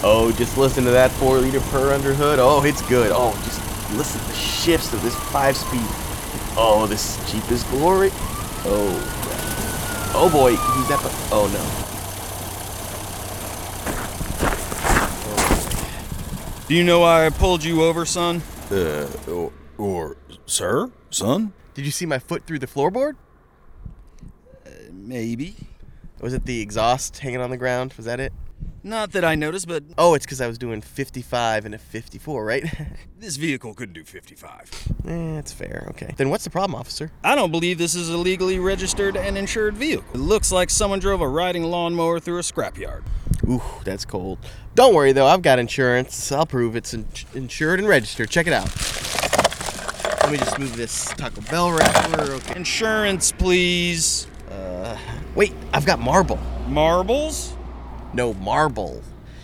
Oh, just listen to that four liter per under hood. Oh, it's good. Oh, just listen to the shifts of this five speed. Oh, this Jeep is glory. Oh, crap. oh boy, he's at the. Oh no. Do you know why I pulled you over, son? Uh, or, or sir, son? Did you see my foot through the floorboard? Maybe. Was it the exhaust hanging on the ground? Was that it? Not that I noticed, but Oh, it's because I was doing 55 and a 54, right? this vehicle could do 55. That's fair. Okay. Then what's the problem, officer? I don't believe this is a legally registered and insured vehicle. It looks like someone drove a riding lawnmower through a scrapyard. Ooh, that's cold. Don't worry though, I've got insurance. I'll prove it's in- insured and registered. Check it out. Let me just move this Taco Bell wrapper. Okay. Insurance, please. Wait, I've got Marble. Marbles? No, Marble.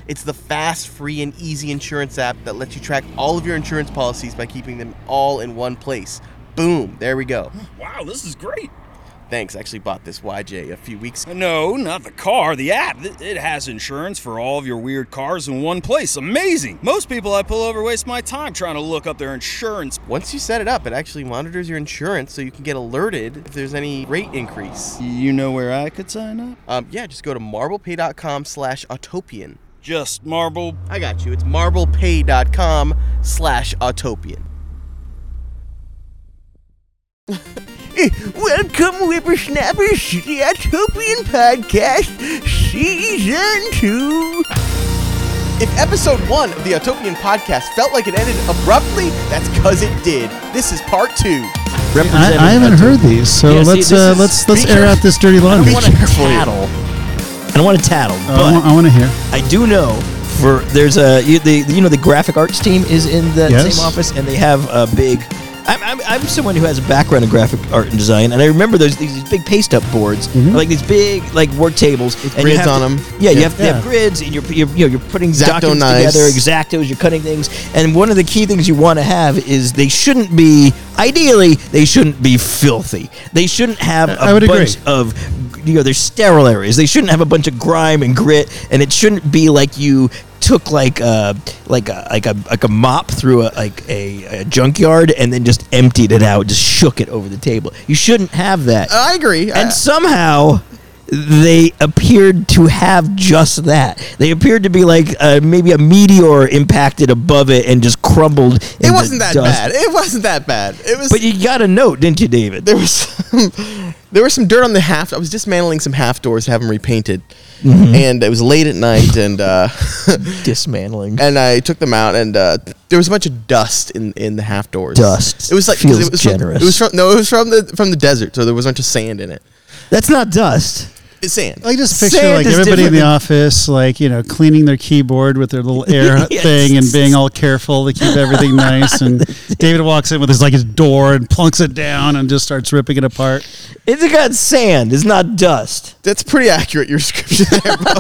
It's the fast, free, and easy insurance app that lets you track all of your insurance policies by keeping them all in one place. Boom, there we go. Wow, this is great. Thanks, I actually bought this YJ a few weeks ago. No, not the car, the app. Th- It has insurance for all of your weird cars in one place. Amazing. Most people I pull over waste my time trying to look up their insurance. Once you set it up, it actually monitors your insurance so you can get alerted if there's any rate increase. You know where I could sign up? Um, yeah, just go to marblepay.com slash autopian. Just Marble. I got you. It's marblepay.com slash autopian. Welcome, whippersnappers, to the Autopian Podcast, Season 2. If episode one of the Autopian podcast felt like it ended abruptly, that's because it did. This is part two. I, I haven't heard these, so Yeah, see, let's this uh, is- let's let's be air careful. out this dirty I laundry. don't want to tattle. I don't want to tattle, Uh, I, want, but I want to hear. I do know for there's a you, the you know the graphic arts team is in that Yes. same office and they have a big. I'm, I'm, I'm someone who has a background in graphic art and design, and I remember there's these, these big paste up boards, like these big like work tables. and you grids have on to- 'em. Yeah, you Mm-hmm. Yeah. have, they have Yeah. grids, and you're, you're you know you're putting Xacto documents knives. together, exactos. You're cutting things, and one of the key things you want to have is they shouldn't be. Ideally, they shouldn't be filthy. They shouldn't have a I would agree. bunch of you know there's sterile areas they shouldn't have a bunch of grime and grit and it shouldn't be like you took like a like a like a like a mop through a like a, a junkyard and then just emptied it out just shook it over the table you shouldn't have that I agree. and somehow they appeared to have just that. They appeared to be like uh, maybe a meteor impacted above it and just crumbled. it wasn't that bad. It wasn't that bad. It was. But you got a note, didn't you, David? there was some, there was some dirt on the half. I was dismantling some half doors to have them repainted, Mm-hmm. and it was late at night, and uh, Dismantling. and I took them out, and uh, there was a bunch of dust in, in the half doors. Dust. It was like 'cause Feels it was from- generous. it was from no, it was from the from the desert, so there was a bunch of sand in it. That's not dust. It's sand. Like just picture Sand like is everybody in the different office, like you know, cleaning their keyboard with their little air Yes. thing and being all careful to keep everything nice. And David walks in with his like his door and plunks it down and just starts ripping it apart. It's got sand. It's not dust. That's pretty accurate your description. There, bro.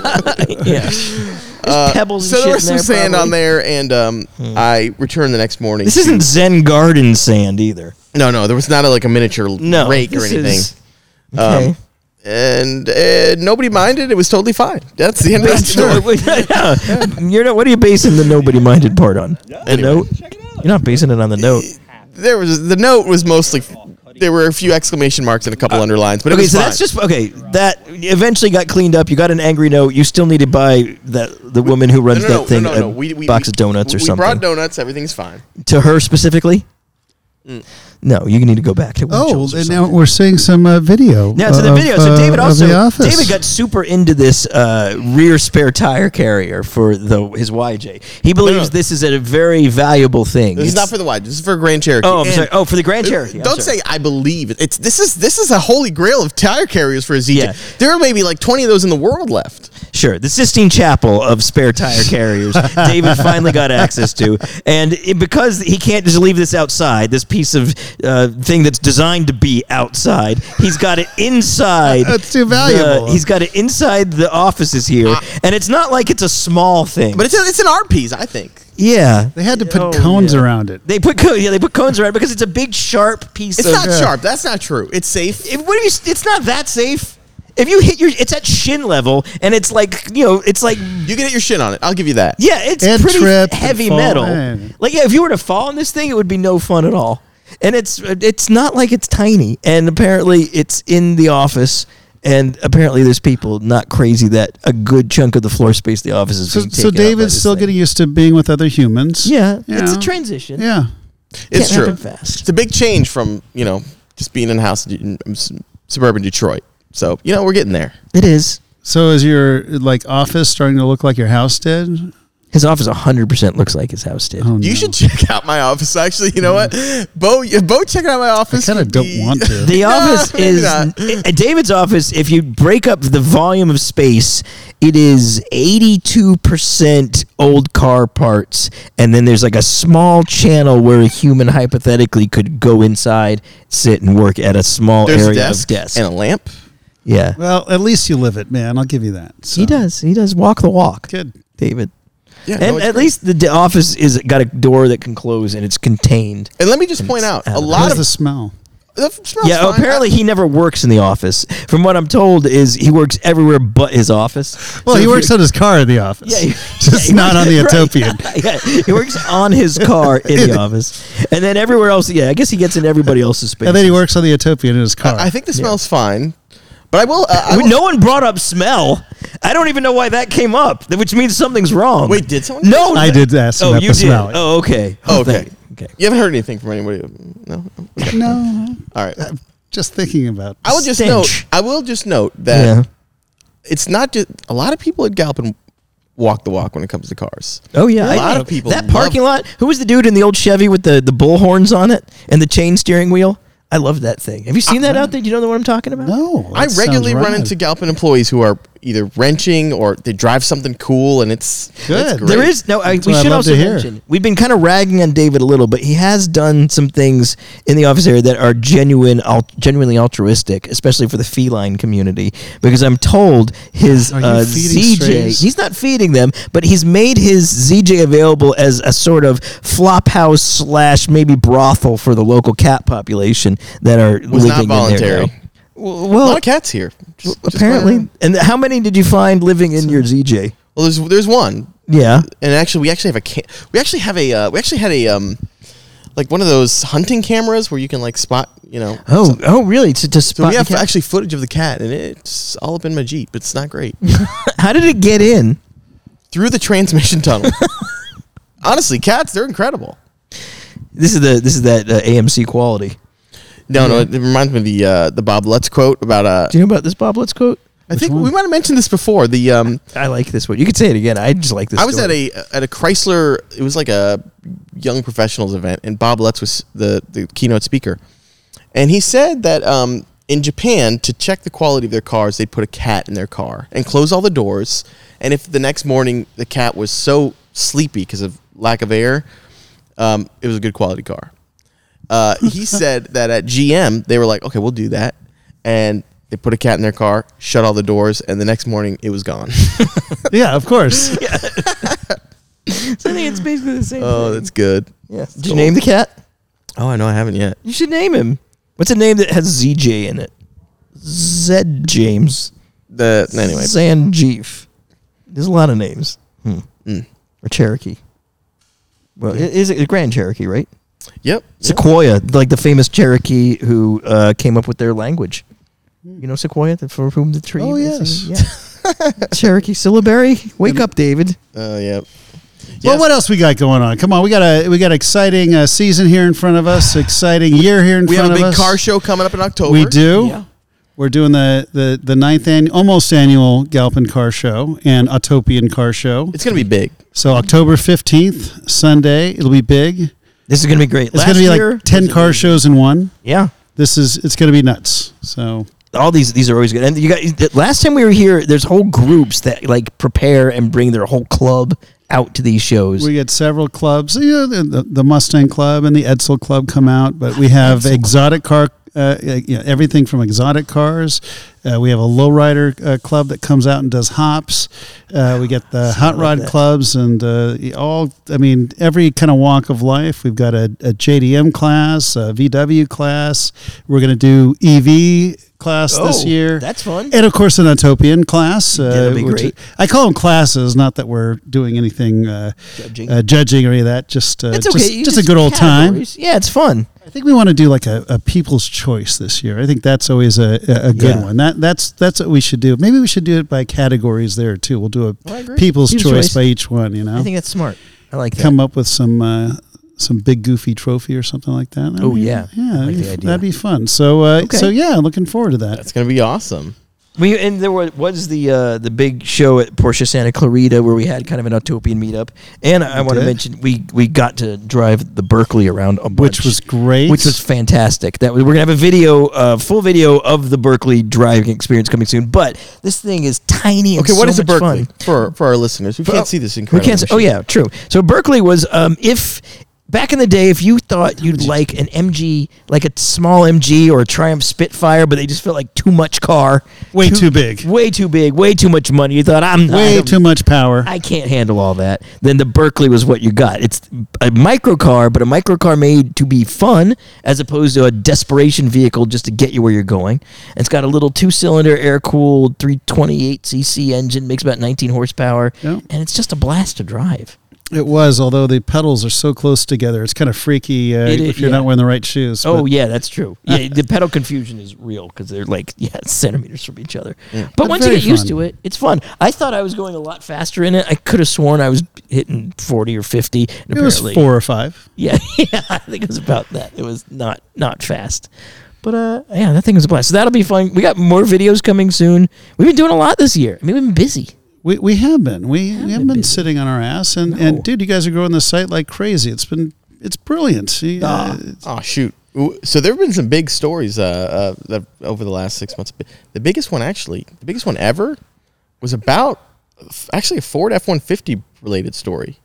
yeah. There's pebbles Uh, so and shit there was in some there, sand probably. Hmm. on there, and um, I returned the next morning. This to- isn't Zen garden sand either. no, no. There was not a, like a miniature No. rake or this anything. Um, is- okay. and uh, nobody minded. It was totally fine. That's the end of the story. You're not, what are you basing the nobody minded part on? The Anyway. note? You're not basing it on the note. There was the note was mostly there were a few exclamation marks and a couple underlines, but it Uh, Okay, was so fine. that's just okay. That eventually got cleaned up. You got an angry note. You still need to buy that the woman who runs no, no, that thing no, no, no. a We, we, box we- of donuts or we something brought donuts. Everything's fine. to her specifically. Mm. No, you need to go back to Oh, Winchell's or and something. now we're seeing some uh, video. Now to the of, video. So uh, David of also the office. David got super into this uh, rear spare tire carrier for the his YJ. He believes no. this is a very valuable thing. This is It's- not for the wide. This is for Grand Cherokee. Oh, I'm And sorry. Oh, for the Grand Cherokee. I'm Don't sorry. say I believe. It's this is this is a holy grail of tire carriers for a ZJ. Yeah. There are maybe like twenty of those in the world left. Sure, the Sistine Chapel of spare tire carriers. David finally got access to, and it- because he can't just leave this outside, this piece of uh, thing that's designed to be outside, he's got it inside. That's too the- valuable. he's got it inside the offices here, and it's not like it's a small thing. Uh, But it's a, it's an art piece, I think. yeah, They had to put Oh, cones yeah. around it. They put co- yeah they put cones around it because it's a big sharp piece It's of. not sharp. That's not true. It's safe. It- what do you? It's not that safe. If you hit your, it's at shin level, and it's like you know, it's like You can hit your shit on it. I'll give you that. yeah, it's And pretty trip and heavy fall, metal. man. Like yeah, if you were to fall on this thing, it would be no fun at all. And it's it's not like it's tiny. And apparently, it's in the office. And apparently, there's people not crazy that a good chunk of the floor space of the office is So, being so taken up by David's this still thing. getting used to being with other humans. Yeah, You it's a know? transition. Yeah. it's Can't true. happen fast. It's a big change from you know just being in a house in um, s- suburban Detroit. So you know we're getting there. It is. So is your like office starting to look like your house did? His office 100% looks like his house did. Oh, You no. should check out my office. Actually, you know what, Bo, Bo, checking out my I office. kind of would don't be- want to. The No, office maybe is not. i- David's office. If you break up the volume of space, it is eighty-two percent old car parts, and then there's like a small channel where a human hypothetically could go inside, sit, and work at a small There's a area desk, of desk. and a lamp. yeah, well, at least you live it, man. I'll give you that. So. he does. He does walk the walk, Good. David. Yeah, no, and it's at great. least the d- office is got a door that can close, and it's contained. And let me just point out, it's out a of- lot How's of the smell? the f- smells Yeah, fine. apparently he never works in the office. From what I'm told, is he works everywhere but his office. Well, So he if works you- on his car in the office. Yeah, he- yeah, just he not works- on the right. Utopian. yeah, he works on his car in the office, and then everywhere else. Yeah, I guess he gets in everybody else's space. And then he works on the Utopian in his car. I, I think the smells fine, but I will. Uh, I will No one brought up smell. I don't even know why that came up, which means something's wrong. Wait, did someone- No, I did ask him Oh, about you the did. smell. Oh, okay. Oh, okay. Okay. You haven't heard anything from anybody? No. Okay. no, All right. I'm just thinking about. I will just Uh, Stench. note. I will just note that Yeah. it's not just a lot of people at Galpin walk the walk when it comes to cars. Oh yeah, A I lot know. of people That love- parking lot. Who was the dude in the old Chevy with the the bull horns on it and the chain steering wheel? I love that thing. Have you seen Uh, that out there? Do you know the one I'm talking about? no. I that sounds regularly run rad. into Galpin employees who are either wrenching or they drive something cool, and it's Good. It's great. There is no. I, we what I'd should love also to hear. mention we've been kind of ragging on David a little, but he has done some things in the office area that are genuine, al- genuinely altruistic, especially for the feline community. Because I'm told his Are you uh, feeding ZJ, strays? he's not feeding them, but he's made his ZJ available as a sort of flop house slash maybe brothel for the local cat population that are was living not in voluntary. there. now. Well, A well lot of cats here. Just- just apparently, wondering. and how many did you find living in your ZJ? Well, there's there's one, Yeah. and actually we actually have a ca- we actually have a uh, we actually had a um like one of those hunting cameras where you can like spot you know. Oh, oh, really? To, to spot So we the have cat? actually footage of the cat, and it's all up in my jeep. It's not great. How did it get in? Through the transmission tunnel. Honestly, cats, they're incredible. This is the this is that uh, AMC quality. No, no, it, it reminds me of the uh, the Bob Lutz quote about uh, Do you know about this Bob Lutz quote? I think we might have mentioned this before. The um, I like this one. You could say it again. I just like this. I was at story. a at a Chrysler. It was like a young professionals event, and Bob Lutz was the the keynote speaker, and he said that um, in Japan to check the quality of their cars, they'd put a cat in their car and close all the doors, and if the next morning the cat was so sleepy because of lack of air, um, it was a good quality car. Uh, he said that at GM they were like, okay, we'll do that, and. They put a cat in their car, shut all the doors, and the next morning it was gone. Yeah, of course. So I think it's basically the same. oh, that's good. yeah. Did you name the cat? Oh, I know I haven't yet. You should name him. What's a name that has ZJ in it? Zed James. The anyway, Zanjeef. There's a lot of names. Hmm. Mm. Or Cherokee. Well, it is it a Grand Cherokee, right? yep. Sequoia, like the famous Cherokee who uh, came up with their language. You know Sequoia, the, for whom the tree. Hmm. Oh, is- yeah. Cherokee syllabary. Wake up, David. Uh, yep. Well, Yes. what else we got going on? Come on, we got a we got an exciting uh, season here in front of us. Exciting year here in We have front a of us. big car show coming up in October. We do. Yeah. We're doing the the the ninth annual, almost annual Galpin Car Show and Autopian Car Show. It's gonna be big. So October fifteenth, Sunday, it'll be big. It's This is gonna be great. Last going to be year- like ten car shows in one. yeah. This is it's going to be nuts. So All these these are always good. And you got the last time we were here, there's whole groups that like prepare and bring their whole club out to these shows. we get several clubs. You know, the, the, the Mustang Club and the Edsel Club come out, but we have exotic car. Uh, you know, everything from exotic cars. Uh, we have a lowrider uh, club that comes out and does hops. Uh, we get the hot rod clubs and uh, all. I mean, every kind of walk of life. We've got a, a JDM class, a VW class. We're going to do EV E class this Oh, year. that's fun. And of course, an Utopian class. Uh, That'll be which- great. I call them classes, not that we're doing anything uh, Judging. uh, judging or any of that. Just uh, That's just, okay. you just a good old time. categories. Yeah, it's fun. I think we want to do like a, a people's choice this year. I think that's always a, a a good Yeah. one. That that's that's what we should do. Maybe we should do it by categories there too. We'll do a I agree. People's people's choice, choice. by each one. You know, I think that's smart. I like that. come up with some uh, some big goofy trophy or something like that. That'd Oh, be- yeah. yeah, I like that'd, the be, idea. that'd be fun. So uh, Okay. so yeah, looking forward to that. That's gonna be awesome. We and there was, was the uh, the big show at Porsche Santa Clarita where we had kind of an utopian meetup, and I, You want to did? mention we we got to drive the Berkeley around a bunch, Which was great. which was fantastic. That was, we're gonna have a video, uh, full video of the Berkeley driving experience coming soon. But this thing is tiny. And Okay, what so is a much Berkeley fun. for for our listeners? We can't see this incredible. We can't. s- Oh machine. yeah, true. So Berkeley was um, if back in the day, if you thought you'd like an MG, like a small MG or a Triumph Spitfire, but they just felt like too much car, Way too big. way too big, way too much money. You thought I'm not- I way don't- too much power. I can't handle all that. Then the Berkeley was what you got. It's a micro car, but a micro car made to be fun as opposed to a desperation vehicle just to get you where you're going. And it's got a little two cylinder air cooled 328cc engine, makes about 19 horsepower, Yep. and it's just a blast to drive. it was, although the pedals are so close together, it's kind of freaky uh, It is, if you're yeah. not wearing the right shoes. Oh but- yeah, that's true. Yeah, the pedal confusion is real because they're like yeah centimeters from each other. But, But once you very get used fun. to it, it's fun. I thought I was going a lot faster in it. I could have sworn I was hitting forty or fifty. And it was apparently- four or five. Yeah, yeah, I think it was about that. It was not not fast. But uh, yeah, that thing was a blast. So that'll be fun. We got more videos coming soon. We've been doing a lot this year. I mean, we've been busy. We, we have been. We, we haven't been busy. sitting on our ass. And, No. and dude, you guys are growing the site like crazy. It's been, it's brilliant. You, Ah. uh, Oh shoot! Ooh, So there have been some big stories uh, uh, that over the last six months. The biggest one, actually, the biggest one ever, was about f- actually a Ford F one fifty related story,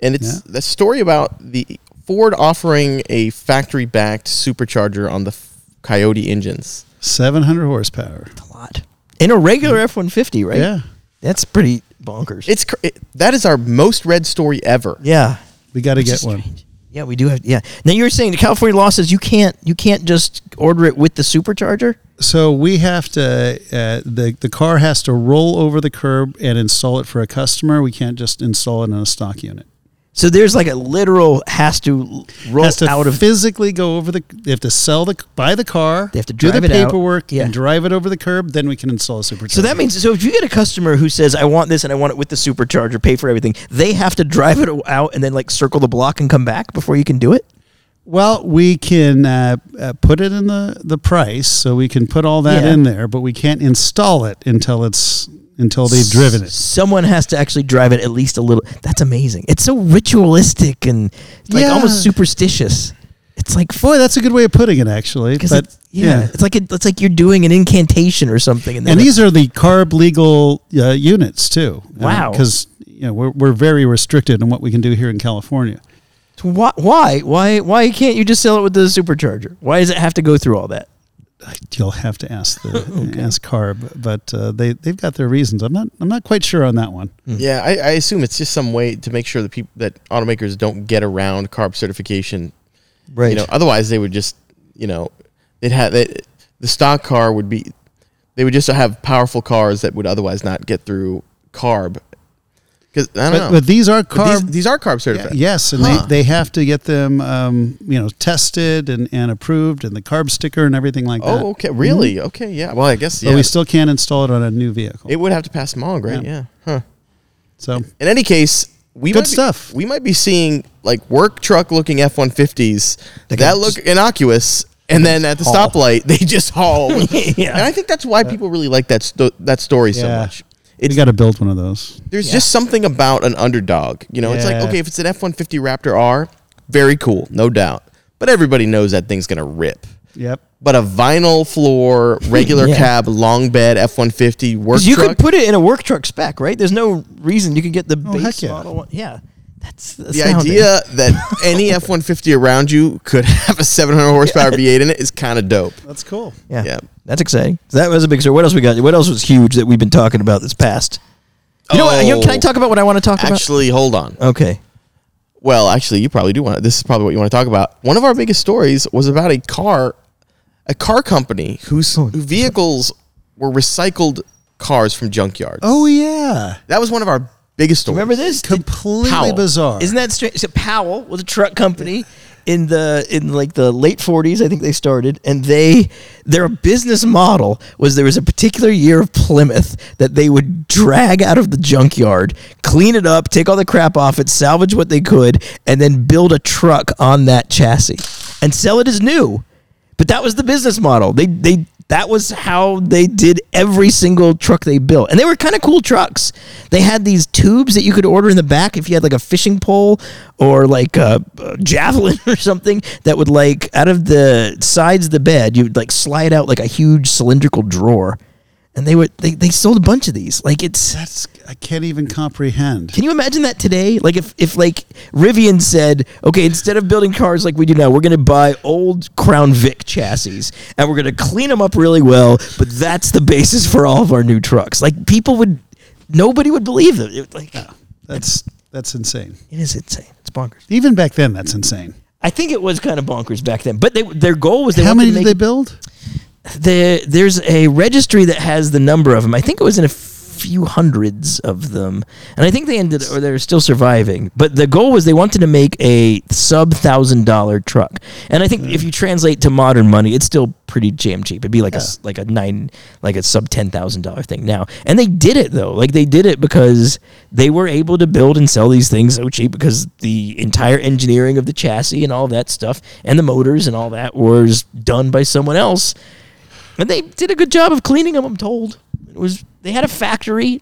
and it's the story about the Ford offering a factory backed supercharger on the f- Coyote engines. 700 horsepower. A lot. In a regular F one fifty, right? Yeah. That's pretty bonkers. It's cr- it, that is our most read story ever. yeah. We got to Which get is one. strange. Yeah, we do have. Yeah. Now you were saying the California law says you can't you can't just order it with the supercharger. So we have to uh, the the car has to roll over the curb and install it for a customer. We can't just install it in a stock unit. So there's like a literal has to roll has to out of physically go over the. They have to sell the buy the car. They have to do drive the it out. paperwork Yeah. and drive it over the curb. Then we can install a supercharger. So that means so if you get a customer who says I want this and I want it with the supercharger, pay for everything, they have to drive it out and then like circle the block and come back before you can do it. well, we can uh, uh, put it in the the price, so we can put all that Yeah. in there, but we can't install it until it's until they've driven it. Someone has to actually drive it at least a little. That's amazing. It's so ritualistic and like Yeah. almost superstitious. It's like Boy, that's a good way of putting it, actually. because But yeah, yeah, it's like it, it's like you're doing an incantation or something. And, then and these are the carb legal uh, units too. Wow. Because you know we're we're very restricted in what we can do here in California. why why why why can't you just sell it with the supercharger? Why does it have to go through all that? You'll have to ask the ask carb, but uh, they they've got their reasons. I'm not I'm not quite sure on that one. Yeah, I, I assume it's just some way to make sure that people that automakers don't get around carb certification Right. You know, otherwise they would just, you know, they'd have they, the stock car would be, they would just have powerful cars that would otherwise not get through carb. Because I don't But, know, but these are But carb. these, these are carb certified. Yes, and Huh. they, they have to get them, um, you know, tested and, and approved, and the carb sticker and everything like that. Oh, okay, really? Okay, yeah. Well, I guess Mm-hmm. But yeah. we still can't install it on a new vehicle. it would have to pass smog, right? Yeah. Yeah. Huh. so In any case, we Good might be- stuff. we might be seeing like work truck looking F one fifties that look innocuous. And then at the haul. stoplight, they just haul. Yeah. And I think that's why people really like that sto- that story so Yeah. much. we got to build one of those. There's just something about an underdog. You know, it's like, Yeah. okay, if it's an F 150 Raptor R, very cool, no doubt. But everybody knows that thing's going to rip. Yep. But a vinyl floor, regular Yeah. cab, long bed F 150 work 'Cause you truck. could put it in a work truck spec, right? There's no reason you could get the Oh, heck base yeah. model. one. Yeah, that's the idea that any F 150 around you could have a 700 horsepower V8 in it is kind of dope. That's cool. Yeah. yeah. that's exciting. So that was a big story. What else we got? What else was huge that we've been talking about that's past? You know, what, you know, can I Oh. talk about what I want to talk Actually, hold on. about? Okay. Well, actually, you probably do want. This is probably what you want to talk about. One of our biggest stories was about a car a car company whose Oh, vehicles were recycled cars from junkyards. Oh yeah, That was one of our biggest stories. Remember this? completely Powell. bizarre. Isn't that strange? So Powell was a truck company in the in like the late forties, I think they started, and they their business model was there was a particular year of Plymouth that they would drag out of the junkyard, clean it up, take all the crap off it, salvage what they could, and then build a truck on that chassis and sell it as new. But that was the business model. They they that was how they did every single truck they built. And they were kind of cool trucks. They had these tubes that you could order in the back if you had like a fishing pole or like a, a javelin or something that would like out of the sides of the bed, you would like slide out like a huge cylindrical drawer. And they were they, they sold a bunch of these. Like it's That's I can't even comprehend. can you imagine that today? Like if if like Rivian said, okay, instead of building cars like we do now, we're going to buy old Crown Vic chassis and we're going to clean them up really well, but that's the basis for all of our new trucks. Like people would nobody would believe them. It, like That's that's insane. it is insane. It's bonkers. Even back then, that's insane. I think it was kind of bonkers back then, but they their goal was they How wanted many to did make they build? the there's a registry that has the number of them. I think it was in a few hundreds of them, and I think they ended or they're still surviving. But the goal was they wanted to make a sub thousand dollar truck, and I think if you translate to modern money, it's still pretty jam cheap. It'd be like a s- like a nine like a sub ten thousand dollar thing now, and they did it though. Like they did it because they were able to build and sell these things so cheap because the entire engineering of the chassis and all that stuff and the motors and all that was done by someone else and they did a good job of cleaning them. I'm told it was they had a factory,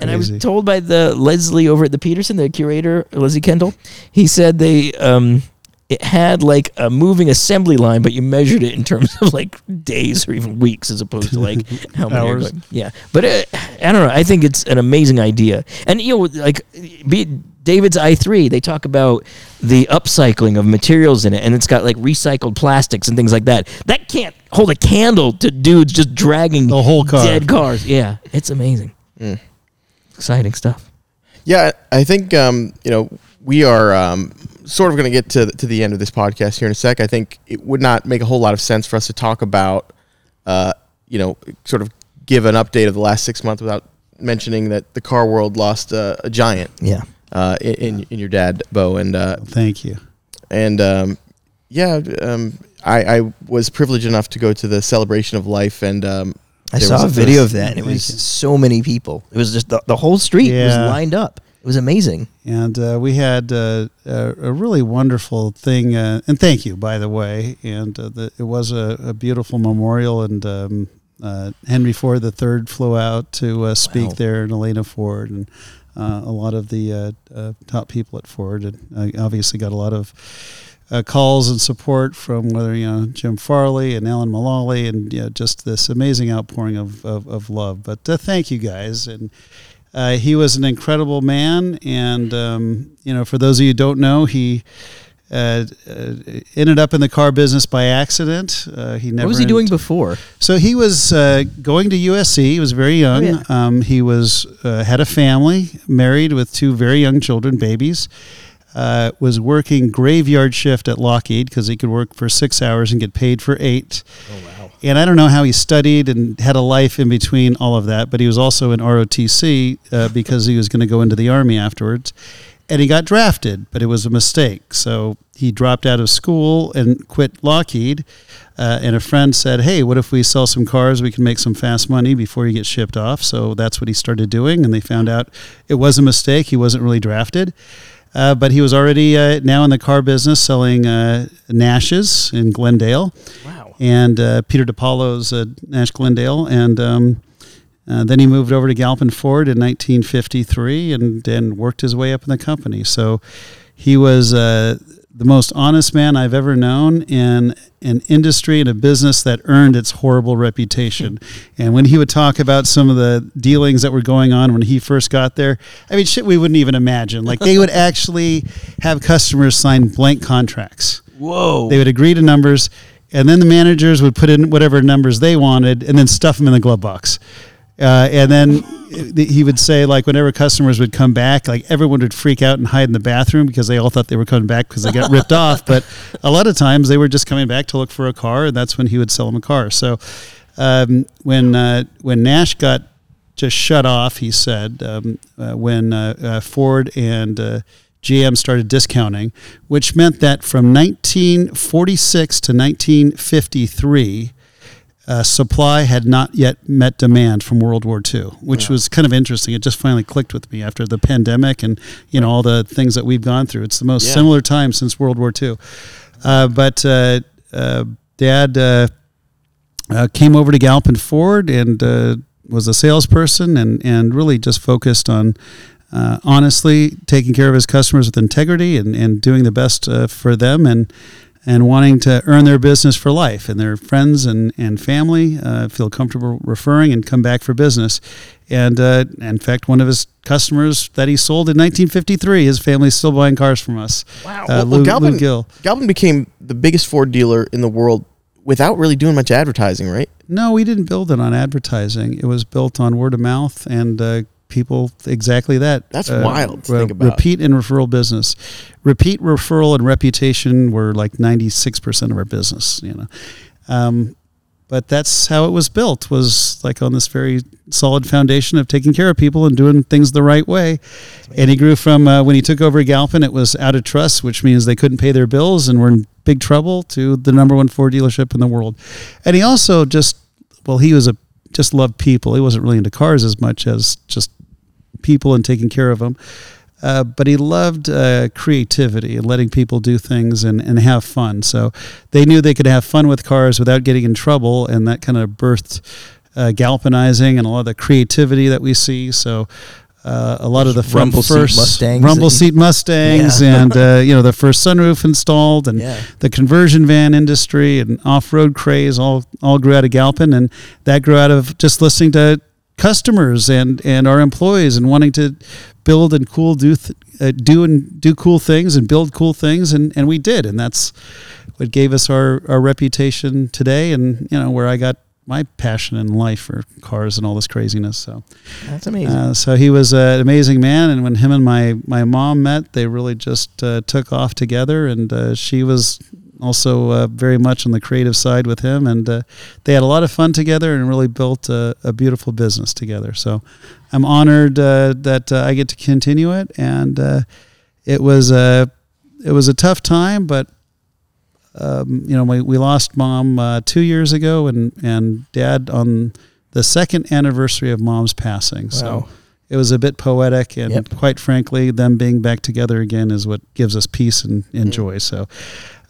and I was Crazy. told by the Leslie over at the Peterson, the curator Leslie Kendall. He said they um, it had like a moving assembly line, but you measured it in terms of like days or even weeks as opposed to like how many are Hours. going. Yeah, but uh, I don't know. I think it's an amazing idea, and you know, like be. David's i3, they talk about the upcycling of materials in it, and it's got like recycled plastics and things like that. That can't hold a candle to dudes just dragging The whole car. dead cars. Yeah, it's amazing. Exciting stuff. Yeah, I think um, you know we are um, sort of going to get to to the end of this podcast here in a sec. I think it would not make a whole lot of sense for us to talk about, uh, you know, sort of give an update of the last six months without mentioning that the car world lost uh, a giant. Yeah. Uh, in, in in your dad, Bo, and uh, Thank you. and um, yeah, um, I, I was privileged enough to go to the celebration of life, and um, I there saw a was- there video of that, and it was so many people. It was just the, the whole street was Yeah. lined up. It was amazing. And uh, we had uh, a, a really wonderful thing. Uh, and thank you, by the way. And uh, the, it was a, a beautiful memorial. And um, uh, Henry Ford III flew out to uh, speak Wow. there, and Elena Ford, and uh, a lot of the uh, uh, top people at Ford. And I obviously got a lot of uh, calls and support from whether you know Jim Farley and Alan Mulally, and you know, just this amazing outpouring of of, of love. But uh, thank you guys, and uh, he was an incredible man. And um, you know, for those of you who don't know, he. Uh, uh, ended up in the car business by accident. Uh, he never. What was he doing int- before? so he was uh, going to USC. He was very young. yeah. um, he was uh, had a family, married with two very young children, babies. Uh, was working graveyard shift at Lockheed because he could work for six hours and get paid for eight. Oh wow! And I don't know how he studied and had a life in between all of that, but he was also in ROTC uh, because he was going to go into the army afterwards. And he got drafted, but it was a mistake. So he dropped out of school and quit Lockheed. Uh, and a friend said, Hey, what if we sell some cars? We can make some fast money before you get shipped off. So that's what he started doing. And they found out it was a mistake. He wasn't really drafted. Uh, but he was already uh, now in the car business selling uh, Nash's in Glendale Wow. and uh, Peter DiPaolo's uh, Nash Glendale. And um, uh, then he moved over to Galpin Ford in 1953 and then worked his way up in the company. So he was uh, the most honest man I've ever known in an industry and a business that earned its horrible reputation. and when he would talk about some of the dealings that were going on when he first got there, I mean, shit, we wouldn't even imagine. Like they would actually have customers sign blank contracts. Whoa. They would agree to numbers, and then the managers would put in whatever numbers they wanted, and then stuff them in the glove box. Uh, and then he would say, like, whenever customers would come back, like everyone would freak out and hide in the bathroom because they all thought they were coming back because they got ripped off. But a lot of times they were just coming back to look for a car, and that's when he would sell them a car. So um, when uh, when Nash got just shut off, he said, um, uh, when uh, uh, Ford and uh, GM started discounting, which meant that from 1946 to 1953, uh, supply had not yet met demand from World War II, which was kind of interesting. It just finally clicked with me after the pandemic and you know all the things that we've gone through. It's the most similar time since World War II. Uh, but uh, uh, Dad uh, uh, came over to Galpin Ford and uh, was a salesperson and and really just focused on. Uh, honestly, taking care of his customers with integrity and, and doing the best uh, for them, and and wanting to earn their business for life and their friends and, and family uh, feel comfortable referring and come back for business. And uh, in fact, one of his customers that he sold in 1953, his family's still buying cars from us. Wow. Uh, Lou, Lou Galvin, Gill. Galvin became the biggest Ford dealer in the world without really doing much advertising, right? No, we didn't build it on advertising. It was built on word of mouth and uh, people exactly that. uh, That's wild to think about. Repeat and referral business. Repeat referral and reputation were like ninety six percent of our business. You know, um, but that's how it was built. Was like on this very solid foundation of taking care of people and doing things the right way. And he grew from uh, when he took over Galpin, it was out of trust, which means they couldn't pay their bills and were in big trouble. To the number one Ford dealership in the world, and he also just well, he was a just loved people. He wasn't really into cars as much as just people and taking care of them. Uh, but he loved uh, creativity and letting people do things and, and have fun. So they knew they could have fun with cars without getting in trouble, and that kind of birthed uh, galvanizing and a lot of the creativity that we see. So uh, a lot of the fir- Rumble seat first Mustangs rumble and- seat Mustangs Yeah. and uh, you know the first sunroof installed and Yeah. the conversion van industry and off-road craze all all grew out of Galpin and that grew out of just listening to customers and and our employees and wanting to build and cool do th- uh, do and do cool things and build cool things and and we did and that's what gave us our our reputation today and you know where I got my passion in life for cars and all this craziness so That's amazing. uh, so he was an amazing man, and when him and my my mom met, they really just uh, took off together, and uh, she was also uh, very much on the creative side with him, and uh, they had a lot of fun together and really built a, a beautiful business together. So I'm honored uh, that uh, I get to continue it, and uh, it was a it was a tough time, but you know, we, we lost mom uh, two years ago and, and dad on the second anniversary of mom's passing. So Wow. it was a bit poetic. And Yep. quite frankly, them being back together again is what gives us peace and, Mm. and joy. So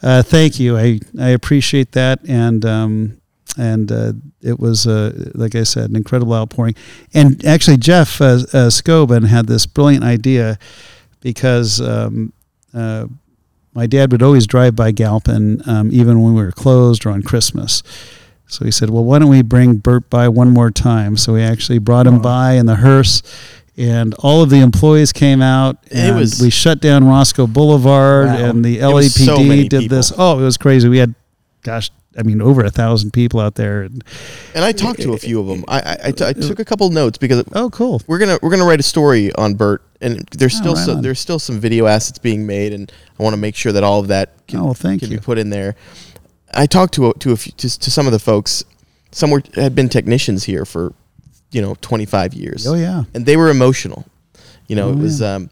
uh, thank you. I, I appreciate that. And, um, and uh, it was, uh, like I said, an incredible outpouring. And actually, Jeff uh, uh, Scobin had this brilliant idea because um, uh, my dad would always drive by Galpin, um, even when we were closed or on Christmas. So he said, "Well, why don't we bring Bert by one more time?" So we actually brought him by in the hearse, and all of the employees came out. It And was- we shut down Roscoe Boulevard, Wow. and the It was LAPD so many did this. people. Oh, it was crazy. We had, gosh, I mean, over a thousand people out there. And, And I talked to a few of them. I I, I, t- I took a couple notes because oh, cool. we're gonna we're gonna write a story on Bert, and there's still Oh, right some, on. there's still some video assets being made, and I want to make sure that all of that can, Oh, well, thank can you. be put in there. I talked to a, to a few, to, to some of the folks. Some were had been technicians here for you know 25 years. Oh, yeah. and they were emotional. You know, it was um,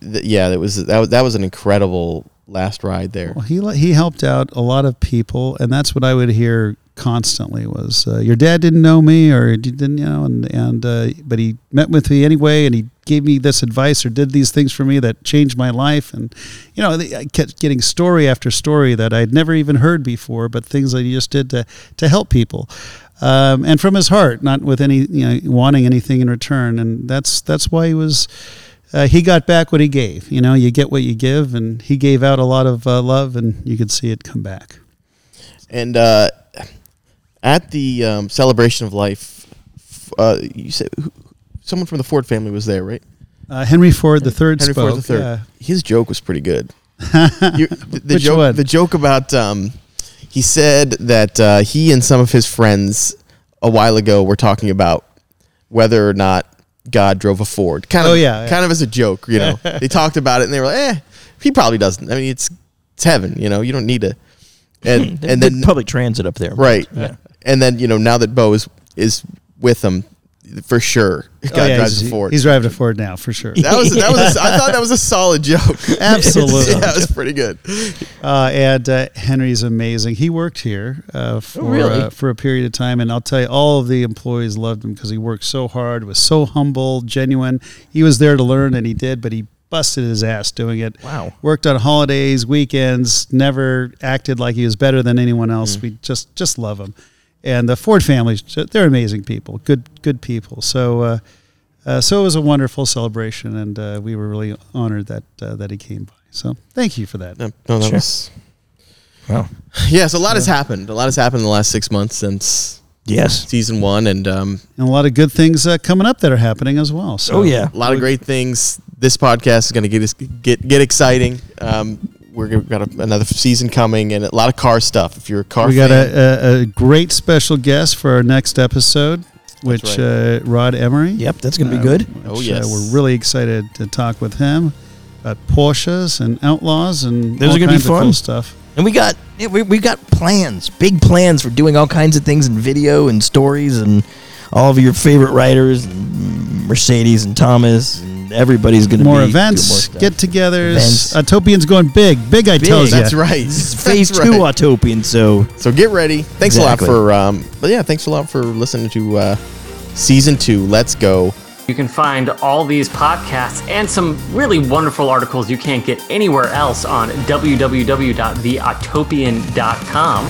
th- yeah, that was that was that was an incredible last ride there. Well, he he helped out a lot of people, and that's what I would hear constantly was uh, your dad didn't know me or you didn't you know and and uh, but he met with me anyway and he gave me this advice or did these things for me that changed my life and you know the- I kept getting story after story that I'd never even heard before but things that he just did to to help people um, and from his heart not with any you know wanting anything in return and that's that's why he was uh, he got back what he gave. You know, you get what you give, and he gave out a lot of uh, love, and you could see it come back. And uh, at the um, celebration of life, f- uh, you said who, someone from the Ford family was there, right? Uh, Henry Ford III Henry spoke. Ford III. yeah. His joke was pretty good. You- the, the Which joke, one? the joke about um, he said that uh, he and some of his friends a while ago were talking about whether or not God drove a Ford. Kind of, Oh, yeah, yeah. kind of as a joke, you know. they talked about it and they were like, "Eh, he probably doesn't." I mean, it's it's heaven, you know. You don't need to. And and then public transit up there. right, and then you know now that Bo is is with them for sure, God Oh, yeah, drives he's, a Ford. He's driving a Ford now for sure. that was that was a, I thought that was a solid joke. Absolutely. yeah, it was pretty good. Uh, and uh, Henry's amazing. He worked here uh, for Oh, really? uh, for a period of time, and I'll tell you, all of the employees loved him because he worked so hard, was so humble, genuine. He was there to learn, and he did, but he busted his ass doing it. Wow. Worked on holidays, weekends, never acted like he was better than anyone Mm. else. We just just love him, and the Ford family, they're amazing people, good good people. So. Uh, uh, so it was a wonderful celebration, and uh, we were really honored that uh, that he came by. So thank you for that. No, no, that was Wow. yeah. So a lot has happened. A lot has happened in the last six months since Yes. season one, and um, and a lot of good things uh, coming up that are happening as well. So Oh yeah. a lot of great things. This podcast is going to get us get get exciting. Um, we're gonna, got a, another season coming, and a lot of car stuff. If you're a car, we got fan, uh, a, a, a great special guest for our next episode, which uh, Rod Emery. Yep. That's gonna be good. Which, Oh, yes. uh, we're really excited to talk with him about Porsches and Outlaws and Those all are gonna be kinds of cool fun. stuff. And we got yeah, we we got plans, big plans for doing all kinds of things in video and stories and all of your favorite writers, and Mercedes and Thomas, and everybody's going to More be doing events, stuff. get-togethers. Events. Utopian's going big, big. I Big, tells you. that's right. This is That's phase right. two Autopian, so So get ready. Thanks Exactly. a lot for um, but yeah, thanks a lot for listening to uh, season two. Let's go. You can find all these podcasts and some really wonderful articles you can't get anywhere else on www.theautopian.com.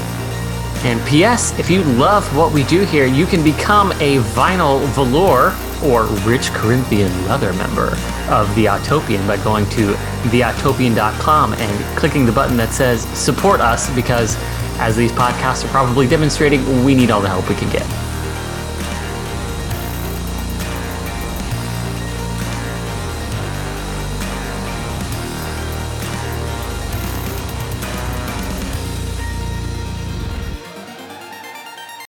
And P.S., if you love what we do here, you can become a vinyl velour or rich Corinthian leather member of The Autopian by going to theautopian.com and clicking the button that says support us because, as these podcasts are probably demonstrating, we need all the help we can get.